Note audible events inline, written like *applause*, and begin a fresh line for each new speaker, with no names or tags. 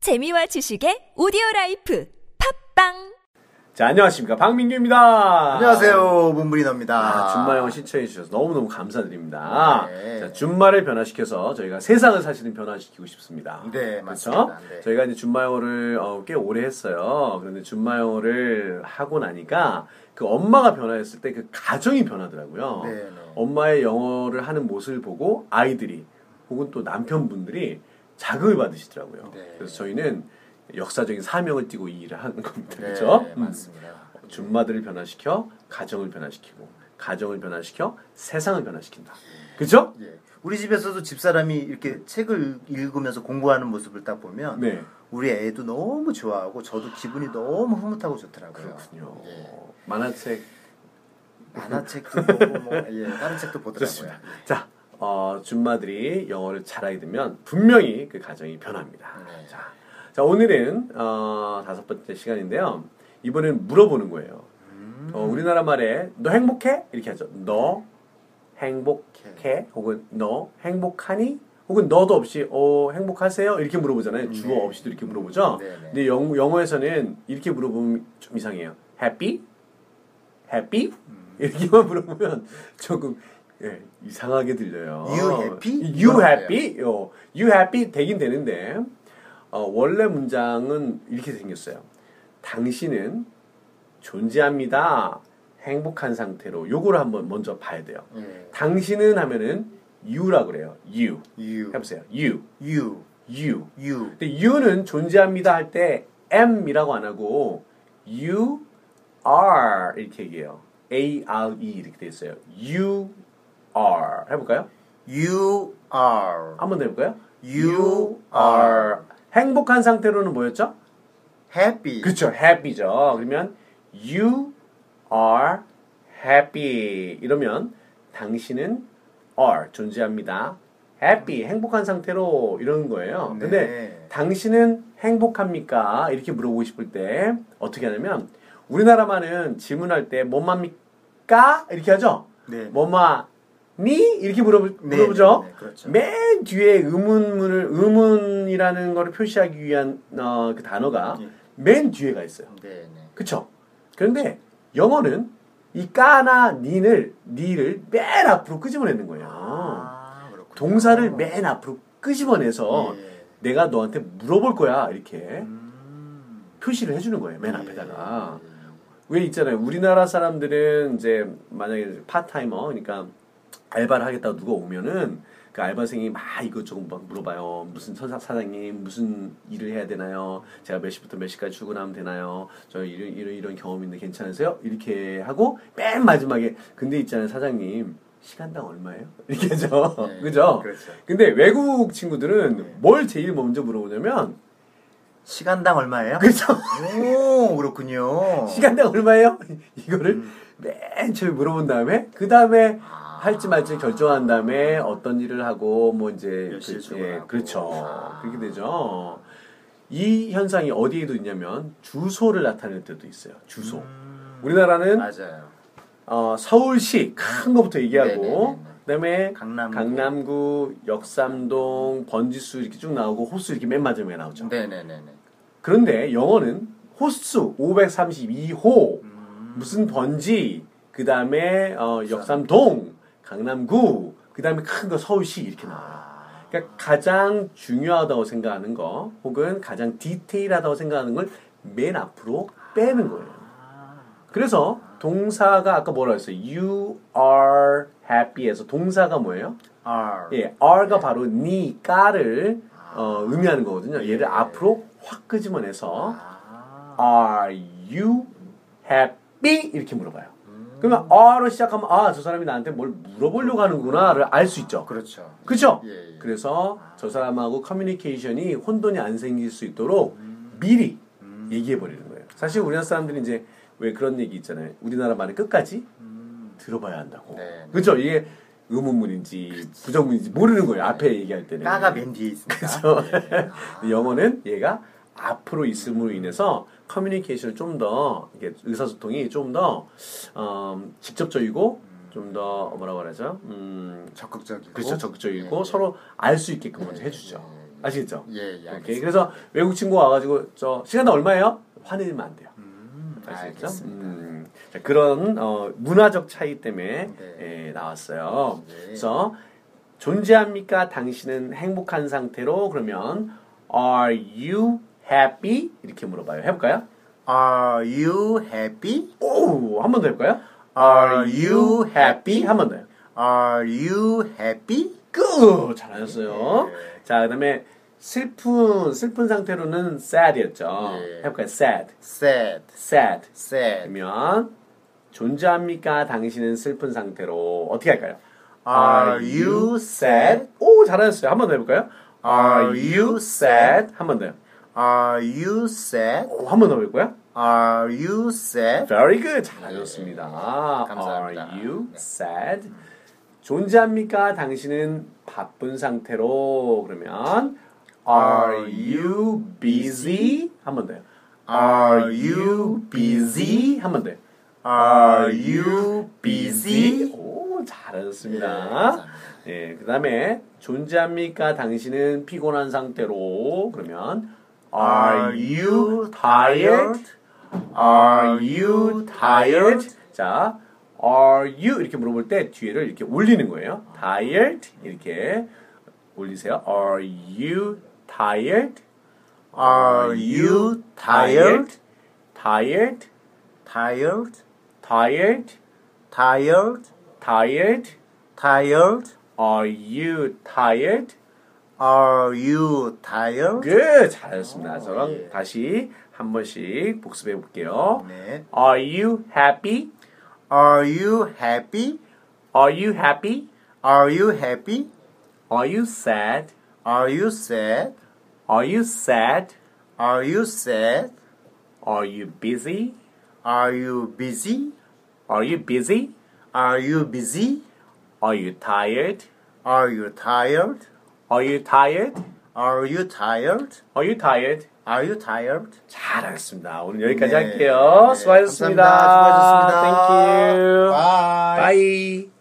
재미와 지식의 오디오 라이프 팝빵
자, 안녕하십니까. 박민규입니다.
안녕하세요, 문무리너입니다.
아, 준마 영어 신청해 주셔서 너무너무 감사드립니다.
네.
자, 준마를 변화시켜서 저희가 세상을 사실은 변화시키고 싶습니다.
네,
그렇죠?
맞습니다. 네.
저희가 이제 준마 영어를 어, 꽤 오래 했어요. 그런데 준마 영어를 하고 나니까 그 엄마가 변화했을 때 그 가정이 변하더라고요.
네, 네.
엄마의 영어를 하는 모습을 보고 아이들이 혹은 또 남편분들이 자극을 받으시더라고요.
네.
그래서 저희는 역사적인 사명을 띠고 이 일을 하는 겁니다.
네,
그렇죠?
네, 맞습니다.
준마들을 변화시켜 가정을 변화시키고 가정을 변화시켜 세상을 변화시킨다. 그죠?
예. 우리 집에서도 집사람이 이렇게 책을 읽으면서 공부하는 모습을 딱 보면
네.
우리 애도 너무 좋아하고 저도 기분이 너무 흐뭇하고 좋더라고요.
그렇군요. 네. 만화책
만화책도 보고 뭐, 예, 다른 책도 보더라고요.
좋습니다. 자, 어, 준마들이 영어를 잘하게 되면 분명히 그 가정이 변합니다.
네.
자, 자, 오늘은 어, 다섯 번째 시간인데요. 이번엔 물어보는 거예요.
음.
어, 우리나라 말에 너 행복해? 이렇게 하죠. 너 행복해? 혹은 너 행복하니? 혹은 너도 없이 어, 행복하세요? 이렇게 물어보잖아요. 주어 없이도 이렇게 물어보죠.
네, 네.
근데 영, 영어에서는 이렇게 물어보면 좀 이상해요. happy? happy?
음.
이렇게만 물어보면 조금 예, 이상하게 들려요.
You happy?
You
이건
happy? 어, you happy 되긴 되는데 어, 원래 문장은 이렇게 생겼어요. 당신은 존재합니다. 행복한 상태로 요거를 한번 먼저 봐야 돼요.
예.
당신은 하면은 you라고 그래요. you.
You,
해보세요. you.
you,
you.
you.
근데 you는 존재합니다 할 때 am이라고 안 하고 you are 이렇게 얘기해요. a r e 이렇게 돼 있어요. you are 해볼까요?
You are
한번 더 해볼까요?
You
are 행복한 상태로는 뭐였죠?
happy.
그렇죠, happy죠. 그러면 you are happy 이러면 당신은 are 존재합니다. happy 행복한 상태로 이러는 거예요. 근데
네.
당신은 행복합니까? 이렇게 물어보고 싶을 때 어떻게 하냐면 우리나라만은 질문할 때 뭐합니까? 이렇게 하죠.
네.
뭐마니 이렇게 물어보,
네,
물어보죠.
네, 네, 그렇죠.
맨 뒤에 의문문을 의문이라는 거를 표시하기 위한 어, 그 단어가
예.
맨 뒤에가 있어요.
네, 네.
그쵸? 그런데 영어는 이 까나 니를 니를 맨 앞으로 끄집어내는 거예요.
아, 그렇군요.
동사를 맨 앞으로 끄집어내서
예.
내가 너한테 물어볼 거야 이렇게
음.
표시를 해주는 거예요. 맨 앞에다가
예.
왜 있잖아요. 우리나라 사람들은 이제 만약에 파타이머, 그러니까 알바를 하겠다고 누가 오면은 그 알바생이 막 이것저것 막 물어봐요. 무슨 선사 사장님 무슨 일을 해야 되나요? 제가 몇 시부터 몇 시까지 출근하면 되나요? 저 이런 이런 이런 경험인데 괜찮으세요? 이렇게 하고 맨 마지막에 근데 있잖아요 사장님 시간당 얼마예요? *laughs* 이렇게 하죠.
네,
그죠?
그렇죠. 네.
근데 외국 친구들은 뭘 제일 먼저 물어보냐면 아,
시간당 얼마예요?
그죠?
오, 그렇군요.
어. 시간당 얼마예요? *laughs* 이거를
음.
맨 처음에 물어본 다음에 그 다음에
아.
할지 말지 결정한 다음에 어떤 일을 하고 뭐 이제
몇 시에
그,
출근하고.
그렇죠
아.
그렇게 되죠 이 현상이 어디에도 있냐면 주소를 나타낼 때도 있어요 주소 우리나라는
음. 맞아요.
어, 서울시 큰 것부터 얘기하고
네네네네.
그다음에
강남구.
강남구 역삼동 번지수 이렇게 쭉 나오고 호수 이렇게 맨 마지막에 나오죠
네네네네.
그런데 영어는 호수 532호 무슨 번지 그 다음에 역삼동 강남구 그 다음에 큰 거 서울시 이렇게 나와요. 그러니까 가장 중요하다고 생각하는 거 혹은 가장 디테일하다고 생각하는 걸 맨 앞으로 빼는 거예요. 그래서 동사가 아까 뭐라 했어요? You are happy에서 동사가 뭐예요?
R.
예, R가 바로 니까를 어, 의미하는 거거든요. 얘를 앞으로 확 끄집어내서
예. 아.
Are you happy? 이렇게 물어봐요.
음.
그러면 R로 시작하면 아, 저 사람이 나한테 뭘 물어보려고 하는구나를 알 수 있죠.
그렇죠.
그렇죠?
예, 예.
그래서 저 사람하고 커뮤니케이션이 혼돈이 안 생길 수 있도록 미리
음.
얘기해 버리는 거예요. 사실 우리나라 사람들이 이제 왜 그런 얘기 있잖아요. 우리나라 말을 끝까지 들어봐야 한다고.
음. 네, 네.
그렇죠? 이게 의문문인지 부정문인지 모르는 거예요. 앞에 얘기할 때는.
네. 까가 맨 뒤에 있습니다. *laughs*
근데 *laughs* 영어는 얘가 앞으로 있음으로 인해서 커뮤니케이션을 좀 더 의사소통이 좀 더 음, 직접적이고 좀 더 뭐라고 하죠? 음,
적극적이고.
그렇죠 적극적이고
예, 예.
서로 알 수 있게끔 먼저 해주죠.
예, 예.
아시겠죠?
예, 예,
오케이.
알겠습니다.
그래서 외국 친구가 와가지고 저 시간당 얼마예요? 화내면 안 돼요. 아시겠죠?
음, 알겠습니다.
음, 자, 그런 어, 문화적 차이 때문에
네.
예, 나왔어요.
네.
그래서 존재합니까? 당신은 행복한 상태로 그러면 Are you happy? 이렇게 물어봐요. 해볼까요?
Are you happy?
오, 한 번 더 해볼까요?
Are you happy?
한 번 더요.
Are you happy?
굿! 잘하셨어요.
네.
자, 그 다음에 슬픈, 슬픈 상태로는 sad였죠.
네.
해볼까요? sad,
Sad,
sad.
sad.
그러면 존재합니까? 당신은 슬픈 상태로 어떻게 할까요?
Are you sad?
오 잘하셨어요. 한 번 더 해볼까요?
Are you sad?
한 번 더요.
Are you sad?
한 번 더 해볼까요?
Are you sad?
Very good. 잘하셨습니다.
네, 감사합니다.
Are you
네.
sad? 존재합니까? 당신은 바쁜 상태로 그러면 Are you busy? 한 번 더요.
Are you busy?
한 번 더요.
Are you busy?
오,
네,
잘하셨습니다.
감사합니다.
예, 그 다음에 존재합니까? 당신은 피곤한 상태로 그러면
Are you tired? Are you tired?
자, are you 이렇게 물어볼 때 뒤에를 이렇게 올리는 거예요. tired 이렇게 올리세요. Are you tired?
Are you tired?
tired?
Tired?
tired?
Tired?
tired?
Tired?
Are you tired?
Are you tired?
good 잘하셨습니다. 저랑
예.
다시 한 번씩 복습해 볼게요.
네.
Are you happy?
Are you happy?
Are you happy?
Are you happy?
Are you sad?
Are you sad?
Are you sad?
Are you sad?
Are you busy?
Are you busy?
Are you busy?
Are you busy?
Are you tired?
Are you tired?
Are you tired?
Are you tired?
Are you tired?
Are you tired?
잘하셨습니다. 오늘 여기까지
네.
할게요.
네.
수고하셨습니다.
감사합니다. 수고하셨습니다.
Thank you.
Bye.
Bye.